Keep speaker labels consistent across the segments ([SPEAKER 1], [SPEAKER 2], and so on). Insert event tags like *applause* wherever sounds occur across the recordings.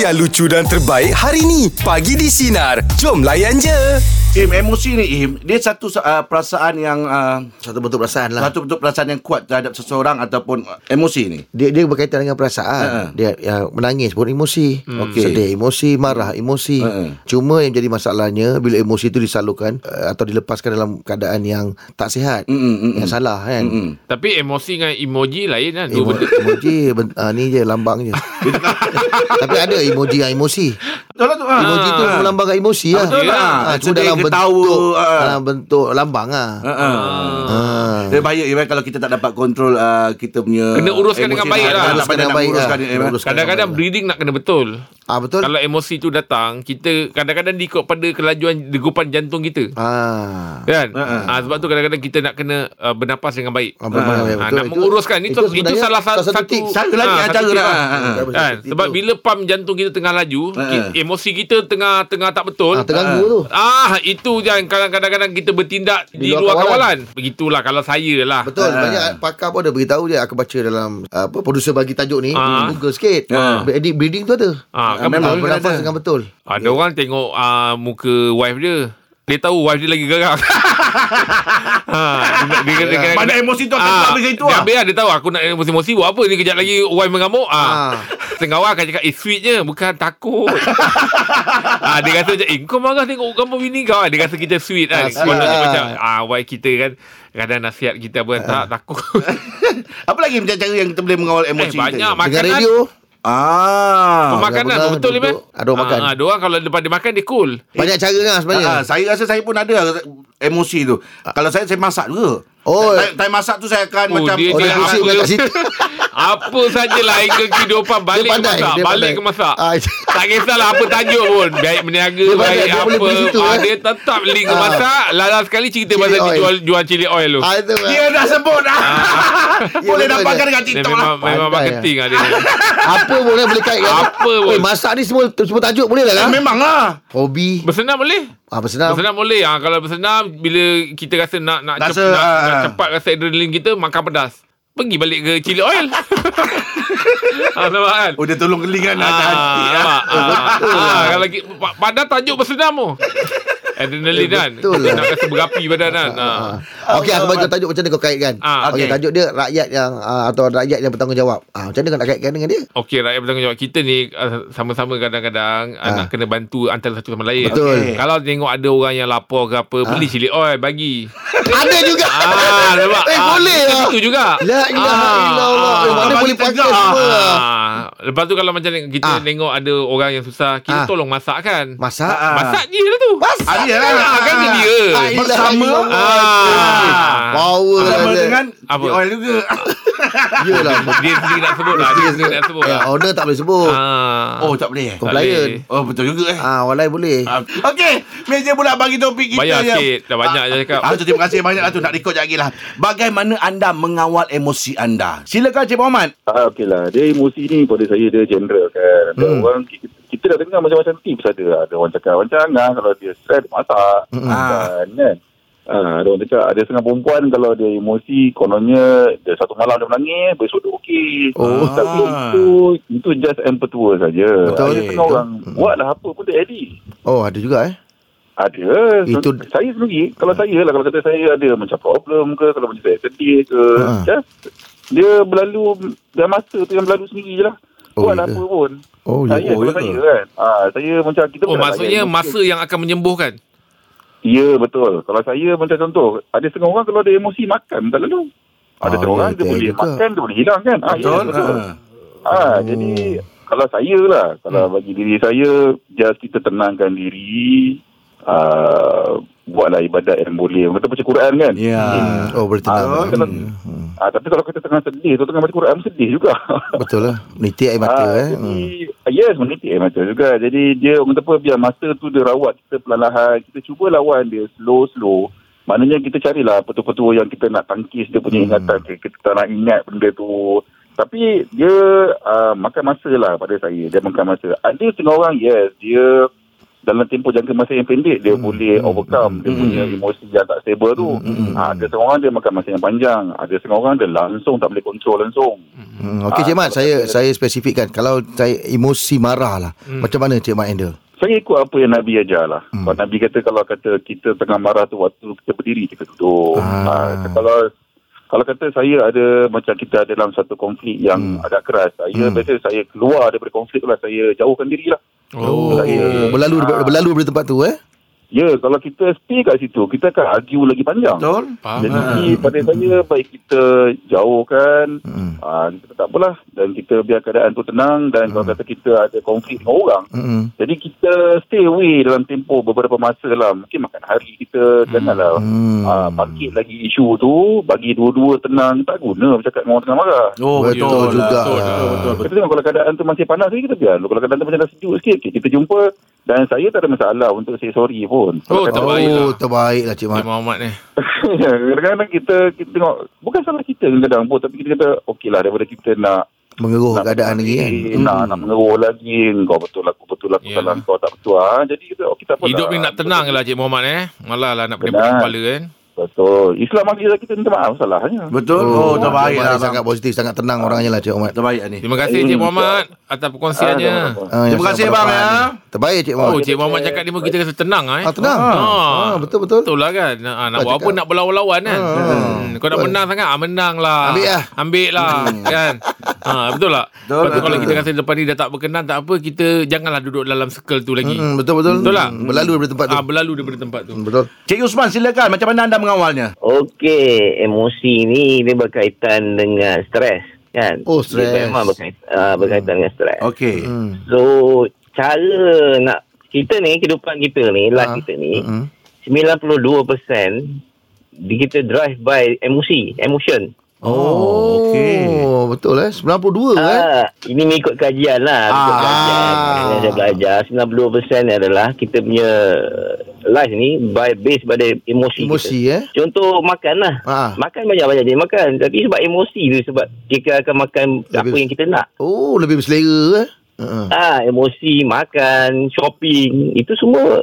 [SPEAKER 1] yang lucu dan terbaik hari ni. Pagi di Sinar. Jom layan je.
[SPEAKER 2] Im emosi ni Im Dia satu uh, perasaan yang uh,
[SPEAKER 3] Satu bentuk perasaan lah
[SPEAKER 2] Satu bentuk perasaan yang kuat Terhadap seseorang Ataupun uh, emosi ni
[SPEAKER 3] dia, dia berkaitan dengan perasaan
[SPEAKER 2] Ha.
[SPEAKER 3] Dia ya, menangis pun emosi
[SPEAKER 2] Okey.
[SPEAKER 3] Sedih emosi Marah emosi
[SPEAKER 2] Ha.
[SPEAKER 3] Cuma yang jadi masalahnya Bila emosi itu disalurkan uh, Atau dilepaskan dalam keadaan yang Tak sihat
[SPEAKER 2] Mm-mm, mm-mm.
[SPEAKER 3] Yang salah kan
[SPEAKER 2] Mm.
[SPEAKER 4] Tapi emosi dengan emoji lain kan Dua
[SPEAKER 3] Emo-
[SPEAKER 4] benda
[SPEAKER 3] emoji ben, ah, Ni je lambang
[SPEAKER 2] *laughs*
[SPEAKER 3] je Tapi ada emoji yang emosi
[SPEAKER 2] Betul lah tu
[SPEAKER 4] ah.
[SPEAKER 2] ha.
[SPEAKER 3] Emoji tu melambangkan emosi lah
[SPEAKER 2] Betul lah.
[SPEAKER 3] Ah, Cuma
[SPEAKER 2] Sedih,
[SPEAKER 3] dalam
[SPEAKER 2] ketawa,
[SPEAKER 3] bentuk
[SPEAKER 2] ah.
[SPEAKER 3] Dalam bentuk lambang lah
[SPEAKER 2] Ha, ha.
[SPEAKER 3] Ah.
[SPEAKER 2] Dia bahaya Im, eh, kalau kita tak dapat kontrol uh, kita punya
[SPEAKER 4] Kena uruskan dengan
[SPEAKER 2] emosi.
[SPEAKER 4] baik
[SPEAKER 2] Ah,
[SPEAKER 4] lah.
[SPEAKER 2] tak pandai nak
[SPEAKER 3] Uruskan dengan baik
[SPEAKER 2] uruskan dia, Im,
[SPEAKER 3] lah.
[SPEAKER 2] eh.
[SPEAKER 3] Uruskan.
[SPEAKER 4] Kadang-kadang breathing nak kena betul
[SPEAKER 3] Ah betul.
[SPEAKER 4] Kalau emosi tu datang Kita kadang-kadang diikut pada Kelajuan degupan jantung kita
[SPEAKER 3] Ah.
[SPEAKER 4] Kan ha, Sebab tu kadang-kadang kita nak kena uh, Bernapas dengan baik
[SPEAKER 3] Ah, betul,
[SPEAKER 4] Ah,
[SPEAKER 3] betul, betul.
[SPEAKER 4] Nak
[SPEAKER 3] Itu-
[SPEAKER 4] menguruskan Itu
[SPEAKER 3] itu
[SPEAKER 4] itu,
[SPEAKER 3] sebenarnya
[SPEAKER 4] salah
[SPEAKER 3] salah
[SPEAKER 4] satu,
[SPEAKER 3] satu
[SPEAKER 4] satu
[SPEAKER 3] tik.
[SPEAKER 2] Satu lagi
[SPEAKER 4] ah,
[SPEAKER 2] ah,
[SPEAKER 4] satu
[SPEAKER 2] cara
[SPEAKER 4] tik
[SPEAKER 2] lah.
[SPEAKER 4] lah.
[SPEAKER 2] Ha, ha.
[SPEAKER 4] Kan? Sebab
[SPEAKER 3] Itu.
[SPEAKER 4] bila pam jantung kita tengah laju
[SPEAKER 2] Ha.
[SPEAKER 4] ki- Emosi kita tengah tengah tak betul
[SPEAKER 3] Ah, terganggu tu.
[SPEAKER 4] Ah, itu yang kadang-kadang kita bertindak di,
[SPEAKER 3] Di luar
[SPEAKER 4] luar
[SPEAKER 3] kawalan.
[SPEAKER 4] kawalan. Begitulah kalau saya lah.
[SPEAKER 3] Betul
[SPEAKER 2] Ah.
[SPEAKER 3] Banyak pakar pun ada beritahu je Aku baca dalam ah, apa Produser bagi tajuk ni
[SPEAKER 4] Ah.
[SPEAKER 3] Google sikit
[SPEAKER 2] Ah.
[SPEAKER 3] Edit breeding tu ada
[SPEAKER 4] Ah,
[SPEAKER 2] memang
[SPEAKER 4] kan
[SPEAKER 3] Memang
[SPEAKER 2] betul.
[SPEAKER 3] Bernafas
[SPEAKER 2] ada.
[SPEAKER 3] dengan betul
[SPEAKER 4] Ada Ah, orang tengok uh, muka wife dia. Dia tahu wife dia lagi garang. *laughs* ha, dia, dia, dia, dia,
[SPEAKER 2] Mana emosi tu akan keluar macam itu
[SPEAKER 4] dia
[SPEAKER 2] lah.
[SPEAKER 4] Habis lah dia tahu aku nak emosi-emosi buat apa ni kejap lagi wife mengamuk. Ah.
[SPEAKER 3] Ah.
[SPEAKER 4] Tengah orang akan cakap eh sweet je bukan takut. *laughs* ah dia kata macam eh kau marah tengok gambar bini kau. Dia rasa kita sweet
[SPEAKER 3] Ah,
[SPEAKER 4] kan.
[SPEAKER 3] sweet
[SPEAKER 4] Kononnya
[SPEAKER 3] lah.
[SPEAKER 4] macam ah wife kita kan kadang nasihat kita apa
[SPEAKER 3] Ah.
[SPEAKER 4] tak takut. *laughs*
[SPEAKER 2] Apa lagi macam cara yang kita boleh mengawal
[SPEAKER 4] eh
[SPEAKER 2] emosi
[SPEAKER 4] banyak
[SPEAKER 2] kita?
[SPEAKER 3] Dengan
[SPEAKER 4] makanan.
[SPEAKER 3] radio
[SPEAKER 2] Ah.
[SPEAKER 3] Pemak-
[SPEAKER 4] Makanan
[SPEAKER 3] benar,
[SPEAKER 4] betul ni
[SPEAKER 3] duduk, ada orang makan.
[SPEAKER 4] Ada orang kalau lepas dia makan dia cool.
[SPEAKER 3] Banyak cara kan sebenarnya
[SPEAKER 2] Ah, ah, saya rasa saya pun ada emosi tu. Kalau saya saya masak juga.
[SPEAKER 3] Oh.
[SPEAKER 2] Time, time masak tu saya akan
[SPEAKER 4] Oh,
[SPEAKER 2] macam
[SPEAKER 4] dia-
[SPEAKER 3] Oh
[SPEAKER 4] dia
[SPEAKER 3] dia
[SPEAKER 4] apa-
[SPEAKER 3] pusing bukan kat situ
[SPEAKER 4] *laughs* Apa sajalah hingga kehidupan balik
[SPEAKER 3] Dia
[SPEAKER 4] ke
[SPEAKER 3] pandai,
[SPEAKER 4] masak,
[SPEAKER 3] dia
[SPEAKER 4] balik
[SPEAKER 3] pandai.
[SPEAKER 4] ke masak.
[SPEAKER 3] Ah,
[SPEAKER 4] tak kisahlah apa tajuk pun. Baik meniaga,
[SPEAKER 3] Dia pandai,
[SPEAKER 4] baik
[SPEAKER 3] dia boleh
[SPEAKER 4] apa.
[SPEAKER 3] pergi situ,
[SPEAKER 4] ah,
[SPEAKER 3] eh.
[SPEAKER 4] dia tetap link ke
[SPEAKER 3] Ah.
[SPEAKER 4] masak. Lala sekali cerita
[SPEAKER 3] Cili
[SPEAKER 4] pasal dia
[SPEAKER 3] oil.
[SPEAKER 4] jual, jual cili oil tu.
[SPEAKER 3] Ah,
[SPEAKER 4] *laughs*
[SPEAKER 3] itu lah.
[SPEAKER 4] Ya.
[SPEAKER 2] Dia dah sebut dah. *laughs* Boleh
[SPEAKER 3] betul
[SPEAKER 2] dapatkan
[SPEAKER 3] dia.
[SPEAKER 2] dekat
[SPEAKER 4] Dia
[SPEAKER 2] TikTok lah.
[SPEAKER 4] memang, memang
[SPEAKER 3] Pandai,
[SPEAKER 4] marketing lah dia. *laughs*
[SPEAKER 3] Apa pun boleh boleh kait kan?
[SPEAKER 4] Apa pun.
[SPEAKER 3] Oi, Masak ni semua semua tajuk boleh lah
[SPEAKER 2] Ah,
[SPEAKER 3] kan
[SPEAKER 2] Memang lah.
[SPEAKER 3] Hobi
[SPEAKER 4] Bersenam boleh?
[SPEAKER 3] Ah bersenam
[SPEAKER 4] Bersenam boleh. Ha, kalau bersenam, bila kita rasa nak nak,
[SPEAKER 2] Rasa,
[SPEAKER 4] nak,
[SPEAKER 2] ah.
[SPEAKER 4] nak cepat rasa adrenalin kita, makan pedas. Pergi balik ke cili oil. *laughs* ha, nampak kan?
[SPEAKER 2] Oh dia tolong kelingan
[SPEAKER 4] Ah,
[SPEAKER 2] lah. hati lah.
[SPEAKER 4] nampak? Ah, ah, kalau ki- pa- Padahal tajuk bersenam tu.
[SPEAKER 3] Eh,
[SPEAKER 4] Adrenalin kan.
[SPEAKER 3] betul lah.
[SPEAKER 4] Nak rasa berapi badan kan. Ah.
[SPEAKER 3] Ah. Okey, aku bagi tajuk macam mana kau kaitkan.
[SPEAKER 4] Ah,
[SPEAKER 3] Okey,
[SPEAKER 2] okey.
[SPEAKER 3] tajuk dia rakyat yang ah, atau rakyat yang bertanggungjawab. Ah, macam mana kau nak kaitkan dengan dia?
[SPEAKER 4] Okey rakyat bertanggungjawab Kita ni ah, sama-sama kadang-kadang ah, Nak kena bantu antara satu sama lain
[SPEAKER 3] Betul. Ah.
[SPEAKER 4] Okey. Kalau tengok ada orang yang lapar ke apa Beli cili oil bagi
[SPEAKER 3] Ada juga.
[SPEAKER 4] Ah, nampak?
[SPEAKER 3] Eh, boleh lah.
[SPEAKER 4] Itu juga
[SPEAKER 3] La ilaha
[SPEAKER 4] Ah,
[SPEAKER 3] illallah. Eh,
[SPEAKER 4] ah,
[SPEAKER 3] Mana
[SPEAKER 2] bagi
[SPEAKER 3] boleh pakai
[SPEAKER 2] tegak.
[SPEAKER 3] semua. lah.
[SPEAKER 4] ah. Lepas tu kalau macam ni,
[SPEAKER 3] Ah.
[SPEAKER 4] kita tengok ada orang yang susah
[SPEAKER 3] Ah.
[SPEAKER 4] Kita tolong masak kan
[SPEAKER 3] Masak.
[SPEAKER 2] Ah.
[SPEAKER 4] Masak je lah tu
[SPEAKER 2] Ah, dia lah.
[SPEAKER 4] Ah, kan dia dia.
[SPEAKER 3] La ilaha
[SPEAKER 2] Bersama.
[SPEAKER 3] illallah.
[SPEAKER 4] Ah.
[SPEAKER 3] Power.
[SPEAKER 2] Sama
[SPEAKER 3] lah dia.
[SPEAKER 2] dengan
[SPEAKER 4] Apa?
[SPEAKER 2] Apa? oil juga.
[SPEAKER 3] Yelah.
[SPEAKER 4] *laughs* Dia sendiri nak sebut lah Dia sendiri nak sebut
[SPEAKER 3] Ya,
[SPEAKER 4] lah
[SPEAKER 3] owner tak boleh sebut.
[SPEAKER 4] Ah.
[SPEAKER 2] Oh tak boleh eh?
[SPEAKER 3] Compliant.
[SPEAKER 2] Oh betul juga eh.
[SPEAKER 3] Ah, walai boleh.
[SPEAKER 2] Ah, Okey, meja pula bagi topik kita
[SPEAKER 4] Bayar
[SPEAKER 2] yang-
[SPEAKER 4] sikit. Dah banyak je cakap.
[SPEAKER 2] Ah, tu, terima kasih banyak lah tu nak record je lagi lah. Bagaimana anda mengawal emosi anda? Silakan Cik Muhammad.
[SPEAKER 5] Ah, okey lah. Dia emosi ni pada saya dia general kan. Ada hmm. orang kita, kita dah dengar macam-macam tips ada. Ada orang cakap macam lah kalau dia stress dia masak.
[SPEAKER 2] Hmm.
[SPEAKER 5] Kan, kan? Ah, ada orang cakap ada setengah perempuan kalau dia emosi kononnya dia satu malam dia menangis besok dia okey.
[SPEAKER 3] Oh.
[SPEAKER 5] Tapi itu itu just empetua saja.
[SPEAKER 3] Betul.
[SPEAKER 5] Ada setengah
[SPEAKER 3] Betul.
[SPEAKER 5] orang buatlah apa pun dia edit.
[SPEAKER 3] Oh, ada juga eh.
[SPEAKER 5] Ada. So,
[SPEAKER 3] Itu-
[SPEAKER 5] saya sendiri, kalau saya lah, kalau kata saya ada macam problem ke, kalau macam saya sedih ke,
[SPEAKER 3] Ha.
[SPEAKER 5] just, dia berlalu, dah masa tu yang berlalu sendiri je lah.
[SPEAKER 3] Oh,
[SPEAKER 5] Buat
[SPEAKER 3] ya
[SPEAKER 5] apa
[SPEAKER 3] ke?
[SPEAKER 5] pun.
[SPEAKER 3] Oh, ya.
[SPEAKER 5] saya,
[SPEAKER 3] Yeah.
[SPEAKER 2] oh,
[SPEAKER 5] kalau
[SPEAKER 2] ya
[SPEAKER 5] saya
[SPEAKER 2] ke?
[SPEAKER 5] kan. Ah, saya macam, kita
[SPEAKER 4] Oh
[SPEAKER 5] pun nak
[SPEAKER 4] maksudnya
[SPEAKER 5] layan
[SPEAKER 4] masa
[SPEAKER 5] emosi.
[SPEAKER 4] yang akan menyembuhkan.
[SPEAKER 5] Ya, betul. Kalau saya macam contoh, ada setengah orang kalau ada emosi, makan tak lalu. Ada
[SPEAKER 3] Ah,
[SPEAKER 5] setengah orang,
[SPEAKER 3] ya,
[SPEAKER 5] dia
[SPEAKER 3] betul
[SPEAKER 5] boleh
[SPEAKER 3] juga.
[SPEAKER 5] makan, dia boleh hilang kan. Ah, ya,
[SPEAKER 2] Ah.
[SPEAKER 5] Ah,
[SPEAKER 3] Oh.
[SPEAKER 5] oh. jadi kalau saya lah, kalau hmm. bagi diri saya, just kita tenangkan diri, uh, buatlah ibadat yang boleh. Kata baca Quran kan?
[SPEAKER 2] Ya.
[SPEAKER 3] Oh, boleh
[SPEAKER 5] Ah,
[SPEAKER 3] tenang.
[SPEAKER 5] kalau,
[SPEAKER 3] Hmm.
[SPEAKER 5] ah, tapi kalau kita tengah sedih, tu tengah baca Quran pun sedih juga. *laughs*
[SPEAKER 3] Betul lah. Menitik air mata
[SPEAKER 5] ah,
[SPEAKER 3] eh.
[SPEAKER 5] Jadi,
[SPEAKER 3] Hmm.
[SPEAKER 5] ah, yes, menitik air mata juga. Jadi dia orang kata apa, biar masa tu dia rawat kita perlahan-lahan. Kita cuba lawan dia slow-slow. Maknanya kita carilah petua-petua yang kita nak tangkis dia
[SPEAKER 3] Hmm.
[SPEAKER 5] punya ingatan. Kita, kita tak nak ingat benda tu. Tapi ah, dia uh, makan masa lah pada saya. Dia makan masa. Ada setengah orang, yes, dia dalam tempoh jangka masa yang pendek
[SPEAKER 3] Hmm.
[SPEAKER 5] dia boleh overcome dia punya emosi yang tak stable tu.
[SPEAKER 3] Hmm.
[SPEAKER 5] Ha, ada setengah orang dia makan masa yang panjang, ada setengah orang dia langsung tak boleh kontrol langsung.
[SPEAKER 3] Hmm, Okey
[SPEAKER 5] Ah,
[SPEAKER 3] Cik Mat, saya saya spesifikkan kalau saya emosi marah lah. Macam mana Cik Mat handle?
[SPEAKER 5] Saya ikut apa yang Nabi ajar lah. Hmm. Kalau Nabi kata kalau kata kita tengah marah tu waktu kita berdiri kita duduk.
[SPEAKER 3] Ah.
[SPEAKER 5] Ah. kalau kalau kata saya ada macam kita ada dalam satu konflik yang hmm. agak keras, saya hmm. biasa saya keluar daripada konflik lah, saya jauhkan diri lah. Ah.
[SPEAKER 4] Oh.
[SPEAKER 5] saya-
[SPEAKER 3] berlalu berlalu dari tempat tu eh?
[SPEAKER 5] Ya, kalau kita stay kat situ, kita akan argue lagi panjang.
[SPEAKER 2] Betul?
[SPEAKER 4] Faham.
[SPEAKER 5] Jadi pada saya baik kita jauhkan
[SPEAKER 3] Hmm.
[SPEAKER 5] ah, kita tak apalah dan kita biar keadaan tu tenang dan kalau kata kita ada konflik dengan orang
[SPEAKER 3] Hmm.
[SPEAKER 5] jadi kita stay away dalam tempoh beberapa masa lah mungkin makan hari kita janganlah
[SPEAKER 3] Hmm.
[SPEAKER 5] ah, bangkit lagi isu tu bagi dua-dua tenang tak guna bercakap dengan orang tengah marah
[SPEAKER 2] Oh,
[SPEAKER 3] Betul juga. lah.
[SPEAKER 2] Betul, betul, betul, betul.
[SPEAKER 5] kita tengok kalau keadaan tu masih panas lagi kita biar kalau keadaan tu macam dah sejuk sikit okay, kita jumpa dan saya tak ada masalah untuk say sorry pun
[SPEAKER 4] Oh,
[SPEAKER 5] Kalau
[SPEAKER 4] terbaik
[SPEAKER 3] oh,
[SPEAKER 4] lah.
[SPEAKER 3] terbaiklah Cik Mat.
[SPEAKER 4] Cik Muhammad ni.
[SPEAKER 5] *laughs* Ya, kadang-kadang kita kita tengok bukan salah kita kadang-kadang pun tapi kita kata okeylah daripada kita nak
[SPEAKER 3] Mengeruh
[SPEAKER 5] nak
[SPEAKER 3] keadaan lagi kan.
[SPEAKER 5] eh, nak nak mengeruh lagi kau betul aku betul aku
[SPEAKER 4] Ya.
[SPEAKER 5] salah kau tak betul ah jadi kita okey tak apa
[SPEAKER 4] Hidup ni nak tenang je lah Cik Muhammad eh. Malah lah nak pening
[SPEAKER 5] Tenang.
[SPEAKER 4] kepala kan.
[SPEAKER 5] betul Islam akhirnya kita minta maaf salahnya
[SPEAKER 2] Betul. Oh, terbaik
[SPEAKER 3] Cik Mat
[SPEAKER 2] lah.
[SPEAKER 3] ni Sangat
[SPEAKER 2] abang.
[SPEAKER 3] positif, sangat tenang orangnya lah Cik Mat.
[SPEAKER 2] Terbaik ni.
[SPEAKER 4] Terima kasih Cik Muhammad atas perkongsiannya.
[SPEAKER 3] Ah, yang
[SPEAKER 2] Terima kasih,
[SPEAKER 3] sangat
[SPEAKER 2] bang,
[SPEAKER 3] berdepan
[SPEAKER 2] ya.
[SPEAKER 3] ni. Terbaik Cik Mat.
[SPEAKER 4] Oh, Cik Muhammad cakap ni pun kita rasa tenang lah eh.
[SPEAKER 3] Ah, tenang. Ah, betul, betul.
[SPEAKER 4] Betul lah kan. Ah, nak
[SPEAKER 3] Betul
[SPEAKER 4] buat apa
[SPEAKER 3] cakap.
[SPEAKER 4] nak berlawan-lawan kan. Hmm. Kau nak menang sangat, ah, menang lah.
[SPEAKER 3] Ah. Ambil lah.
[SPEAKER 4] Ambil lah kan. Ah, betul tak?
[SPEAKER 2] Betul,
[SPEAKER 4] Lepas tu
[SPEAKER 2] betul,
[SPEAKER 4] kalau kita
[SPEAKER 2] betul.
[SPEAKER 4] rasa depan ni dah tak berkenan, tak apa. Kita janganlah duduk dalam circle tu lagi.
[SPEAKER 3] Hmm, betul betul.
[SPEAKER 4] Betul tak?
[SPEAKER 3] Berlalu daripada tempat tu.
[SPEAKER 4] Ah, berlalu daripada tempat tu.
[SPEAKER 3] Hmm, betul.
[SPEAKER 2] Cik Usman, silakan. Macam mana anda mengawalnya?
[SPEAKER 6] Okey, emosi ni dia berkaitan dengan stres kan.
[SPEAKER 3] Oh, stres.
[SPEAKER 6] Dia memang berkaitan, uh, berkaitan dengan stres.
[SPEAKER 2] Okey.
[SPEAKER 3] Hmm.
[SPEAKER 6] So, cara nak kita ni kehidupan kita ni, life
[SPEAKER 3] Ah.
[SPEAKER 6] kita ni
[SPEAKER 3] Hmm.
[SPEAKER 6] 92% di kita drive by emosi, emotion.
[SPEAKER 2] Oh, okey.
[SPEAKER 3] Oh, betul eh. 92 eh.
[SPEAKER 6] Ah, ini mengikut kajian lah. Mengikut
[SPEAKER 2] Ah.
[SPEAKER 6] kajian. Yang saya belajar 92% adalah kita punya life ni by based pada emosi.
[SPEAKER 3] Emosi
[SPEAKER 6] Kita.
[SPEAKER 3] eh.
[SPEAKER 6] Contoh makan lah.
[SPEAKER 3] Ah.
[SPEAKER 6] Makan banyak-banyak dia makan. Tapi sebab emosi tu sebab kita akan makan apa
[SPEAKER 3] Lebih-
[SPEAKER 6] yang kita nak.
[SPEAKER 3] Oh, lebih berselera eh. Uh-uh.
[SPEAKER 6] Ah, emosi, makan, shopping, itu semua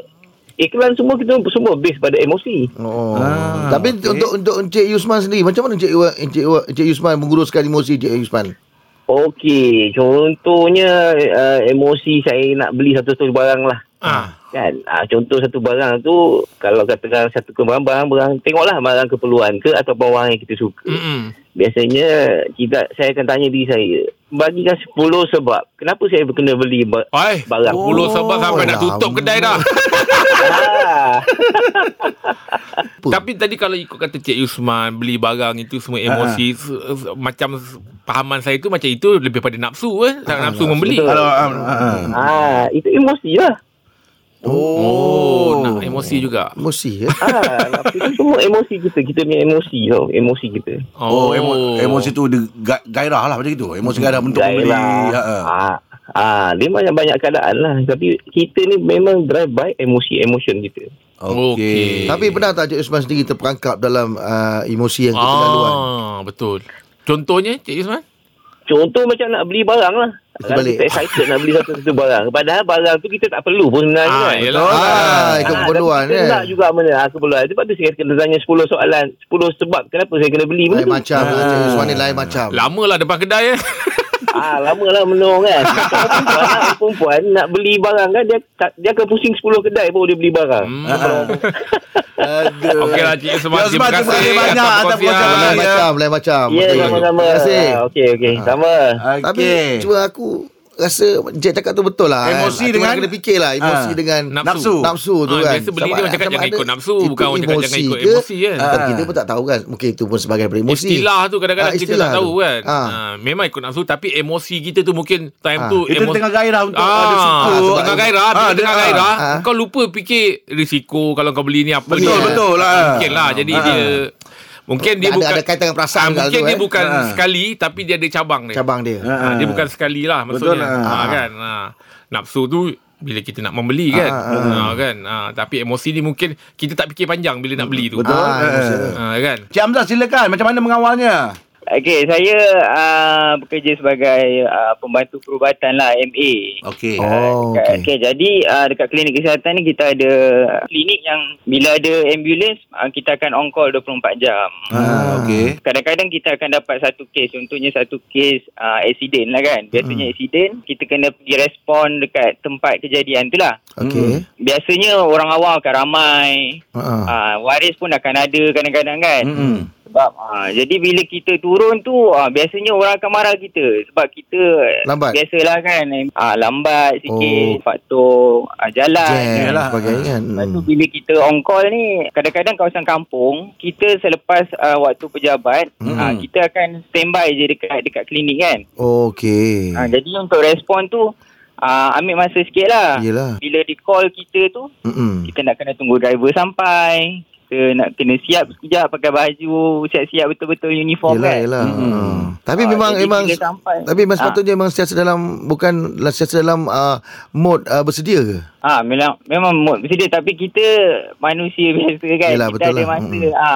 [SPEAKER 6] iklan semua kita semua base pada emosi.
[SPEAKER 3] Oh.
[SPEAKER 2] Ah,
[SPEAKER 3] Tapi
[SPEAKER 2] okey.
[SPEAKER 3] untuk untuk Encik Yusman sendiri, macam mana Encik Iwa- Encik Iwa- Encik Yusman menguruskan emosi Encik Yusman?
[SPEAKER 6] Okey, contohnya uh, emosi saya nak beli satu-satu barang lah.
[SPEAKER 4] Ah.
[SPEAKER 6] Kan? Ah, contoh satu barang tu kalau katakan satu ke barang barang, barang tengoklah barang keperluan ke atau barang yang kita suka.
[SPEAKER 4] Mm-mm.
[SPEAKER 6] Biasanya kita saya akan tanya diri saya, bagikan 10 sebab kenapa saya kena beli ba-
[SPEAKER 4] Ay,
[SPEAKER 6] barang.
[SPEAKER 4] puluh sebab sampai nak
[SPEAKER 3] lama.
[SPEAKER 4] tutup kedai dah.
[SPEAKER 6] Ah.
[SPEAKER 3] Apa?
[SPEAKER 4] *laughs* Tapi tadi kalau ikut kata Cik Yusman Beli barang itu semua emosi se- se- Macam s- pahaman saya tu Macam itu lebih pada nafsu eh Tak nafsu membeli
[SPEAKER 6] betul.
[SPEAKER 2] Kalau, ah, ah, ah.
[SPEAKER 6] ah, itu emosi lah.
[SPEAKER 4] Oh, nak emosi juga
[SPEAKER 3] Emosi eh.
[SPEAKER 6] Ah, *laughs* nafsu tu semua emosi kita. Kita punya emosi tau. Emosi kita.
[SPEAKER 2] Oh, emo- emosi tu dia ga- gairah lah macam itu. Emosi gairah untuk membeli. Ha, ha.
[SPEAKER 6] Ah, ah, dia banyak-banyak keadaan lah. Tapi kita ni memang drive by emosi, emotion kita.
[SPEAKER 4] Okey.
[SPEAKER 3] Tapi pernah tak Encik Yusman sendiri terperangkap dalam uh, emosi yang keterlaluan?
[SPEAKER 4] Ah, betul Contohnya Cik Yusman
[SPEAKER 6] Contoh macam nak beli barang lah.
[SPEAKER 3] Kita
[SPEAKER 6] Kalau
[SPEAKER 3] balik.
[SPEAKER 6] kita excited nak beli satu-satu barang. Padahal barang tu kita tak perlu pun sebenarnya.
[SPEAKER 4] Ah,
[SPEAKER 6] kan.
[SPEAKER 4] yelah.
[SPEAKER 3] Ah,
[SPEAKER 6] Ah,
[SPEAKER 3] itu
[SPEAKER 6] tapi
[SPEAKER 3] keperluan
[SPEAKER 6] kita
[SPEAKER 3] eh.
[SPEAKER 6] nak juga mana ah, keperluan. Sebab tu saya kena tanya 10 soalan. 10 sebab kenapa saya kena beli benda
[SPEAKER 3] Lain
[SPEAKER 6] tu.
[SPEAKER 3] macam
[SPEAKER 2] Ah.
[SPEAKER 3] Encik Yusman ni lain macam.
[SPEAKER 4] Lamalah depan kedai eh
[SPEAKER 6] Ah, lama lah menung
[SPEAKER 3] *laughs*
[SPEAKER 6] kan. Kalau perempuan, anak perempuan nak beli barang kan, dia, tak- dia akan pusing 10 kedai baru dia beli barang.
[SPEAKER 4] Hmm.
[SPEAKER 2] Aduh.
[SPEAKER 4] Okey lah Cik Yusman
[SPEAKER 2] Cik Yusman, terima
[SPEAKER 4] Terima
[SPEAKER 2] kasih
[SPEAKER 4] kasih
[SPEAKER 2] banyak atas perkongsian.
[SPEAKER 3] Lain
[SPEAKER 2] Ya.
[SPEAKER 3] macam, lain macam.
[SPEAKER 6] Ya,
[SPEAKER 3] Betul.
[SPEAKER 6] sama-sama.
[SPEAKER 3] Ah, Terima kasih. Ah.
[SPEAKER 6] Ah, Okey, okey. Sama.
[SPEAKER 3] Tapi
[SPEAKER 2] Okey.
[SPEAKER 3] cuma aku rasa Encik cakap tu betul lah. kan. Cuma
[SPEAKER 2] Emosi dengan-
[SPEAKER 3] kena fikir lah emosi
[SPEAKER 2] Ah.
[SPEAKER 3] dengan
[SPEAKER 4] Nafsu.
[SPEAKER 3] nafsu tu
[SPEAKER 4] Ah,
[SPEAKER 3] kan.
[SPEAKER 4] biasa beli
[SPEAKER 3] Sama-
[SPEAKER 4] dia orang cakap
[SPEAKER 3] sama
[SPEAKER 4] jangan
[SPEAKER 3] ada-
[SPEAKER 4] ikut nafsu,
[SPEAKER 3] itu
[SPEAKER 4] bukan orang cakap jangan
[SPEAKER 3] emosi
[SPEAKER 4] ikut
[SPEAKER 3] ke?
[SPEAKER 4] emosi kan.
[SPEAKER 3] Kan
[SPEAKER 2] Ah.
[SPEAKER 3] Kita pun tak tahu kan. Mungkin itu pun sebagai daripada emosi.
[SPEAKER 4] Istilah tu kadang-kadang
[SPEAKER 3] Ah,
[SPEAKER 4] kita
[SPEAKER 3] istilah
[SPEAKER 4] tak tahu
[SPEAKER 3] tu.
[SPEAKER 4] kan.
[SPEAKER 3] Ah.
[SPEAKER 4] Ah, memang ikut nafsu tapi emosi kita tu mungkin time
[SPEAKER 3] Ah.
[SPEAKER 4] tu
[SPEAKER 2] Kita
[SPEAKER 4] emosi
[SPEAKER 2] tengah gairah untuk
[SPEAKER 4] ah,
[SPEAKER 2] ada suka.
[SPEAKER 4] sebab
[SPEAKER 3] Ah,
[SPEAKER 4] tengah gairah, bila
[SPEAKER 2] Ah, dia-
[SPEAKER 4] tengah
[SPEAKER 2] ah.
[SPEAKER 4] gairah,
[SPEAKER 3] Ah.
[SPEAKER 4] kau lupa fikir risiko kalau kau beli ni apa
[SPEAKER 2] Betul,
[SPEAKER 4] ni.
[SPEAKER 2] betul lah.
[SPEAKER 4] Mungkin lah jadi
[SPEAKER 2] Ah.
[SPEAKER 4] dia mungkin dia
[SPEAKER 3] Ada-
[SPEAKER 4] bukan
[SPEAKER 3] ada kaitan dengan perasaan
[SPEAKER 4] Ah,
[SPEAKER 3] juga
[SPEAKER 4] mungkin
[SPEAKER 3] tu,
[SPEAKER 4] dia
[SPEAKER 3] eh.
[SPEAKER 4] bukan
[SPEAKER 2] Ah.
[SPEAKER 4] sekali tapi dia ada cabang dia.
[SPEAKER 3] Cabang dia.
[SPEAKER 4] Ah, dia bukan sekali lah
[SPEAKER 2] Betul
[SPEAKER 4] maksudnya.
[SPEAKER 2] lah.
[SPEAKER 4] Ah, kan. Ah, nafsu tu bila kita nak membeli kan. Ah, kan. Ah, tapi emosi ni mungkin kita tak fikir panjang bila nak beli tu.
[SPEAKER 3] Ah,
[SPEAKER 4] Ah,
[SPEAKER 3] emosi.
[SPEAKER 4] ah, kan.
[SPEAKER 2] Cik Hamzah silakan Macam mana mengawalnya
[SPEAKER 7] Okey, saya
[SPEAKER 6] ah,
[SPEAKER 7] uh, bekerja sebagai uh, pembantu perubatan lah, MA.
[SPEAKER 2] ah. Okey.
[SPEAKER 6] Ah,
[SPEAKER 3] Oh,
[SPEAKER 7] Okay.
[SPEAKER 3] okey.
[SPEAKER 7] okay, jadi uh, dekat klinik kesihatan ni kita ada klinik yang bila ada ambulans
[SPEAKER 6] ah,
[SPEAKER 7] uh, kita akan on call 24 jam.
[SPEAKER 2] Ah, okey.
[SPEAKER 7] Kadang-kadang kita akan dapat satu kes, contohnya satu kes uh, accident lah kan. Biasanya accident kita kena pergi respon dekat tempat kejadian tu lah.
[SPEAKER 3] Okey.
[SPEAKER 7] Biasanya orang awam akan ramai,
[SPEAKER 4] Hmm.
[SPEAKER 3] Ha.
[SPEAKER 6] Ah,
[SPEAKER 7] uh, waris pun akan ada kadang-kadang kan.
[SPEAKER 2] Hmm.
[SPEAKER 7] Sebab uh, jadi bila kita turun tu uh, biasanya orang akan marah kita sebab kita
[SPEAKER 3] Lambat.
[SPEAKER 7] biasalah kan uh, lambat sikit
[SPEAKER 3] Oh.
[SPEAKER 7] oh. faktor uh, jalan
[SPEAKER 3] Jam
[SPEAKER 6] ya.
[SPEAKER 2] Yalah.
[SPEAKER 3] sebagainya kan.
[SPEAKER 7] Lepas tu bila kita on call ni kadang-kadang kawasan kampung kita selepas uh, waktu pejabat hmm.
[SPEAKER 2] Hmm.
[SPEAKER 7] uh, kita akan standby je dekat dekat klinik kan.
[SPEAKER 3] Okey.
[SPEAKER 7] Hmm.
[SPEAKER 6] Ah,
[SPEAKER 7] Uh, jadi untuk respon tu uh, ambil masa sikit lah.
[SPEAKER 3] Yelah. Hmm.
[SPEAKER 7] Bila di call kita tu
[SPEAKER 3] Mm-mm.
[SPEAKER 7] kita nak kena tunggu driver sampai kita nak kena siap sekejap pakai baju siap-siap betul-betul uniform
[SPEAKER 3] Yelah,
[SPEAKER 7] kan
[SPEAKER 3] yelah.
[SPEAKER 2] Mm-mm.
[SPEAKER 3] Mm. Tapi
[SPEAKER 7] Ah,
[SPEAKER 3] memang
[SPEAKER 7] jadi
[SPEAKER 3] memang
[SPEAKER 7] bila sampai-
[SPEAKER 3] tapi memang
[SPEAKER 7] Ah.
[SPEAKER 3] sepatutnya memang sentiasa dalam bukan sentiasa dalam uh, mode uh, bersedia ke?
[SPEAKER 7] ha, memang memang mood bersedia tapi kita manusia *laughs* biasa kan
[SPEAKER 3] Yelah,
[SPEAKER 7] kita
[SPEAKER 3] betul
[SPEAKER 7] ada
[SPEAKER 3] lah.
[SPEAKER 7] masa
[SPEAKER 3] Mm-mm.
[SPEAKER 7] ha.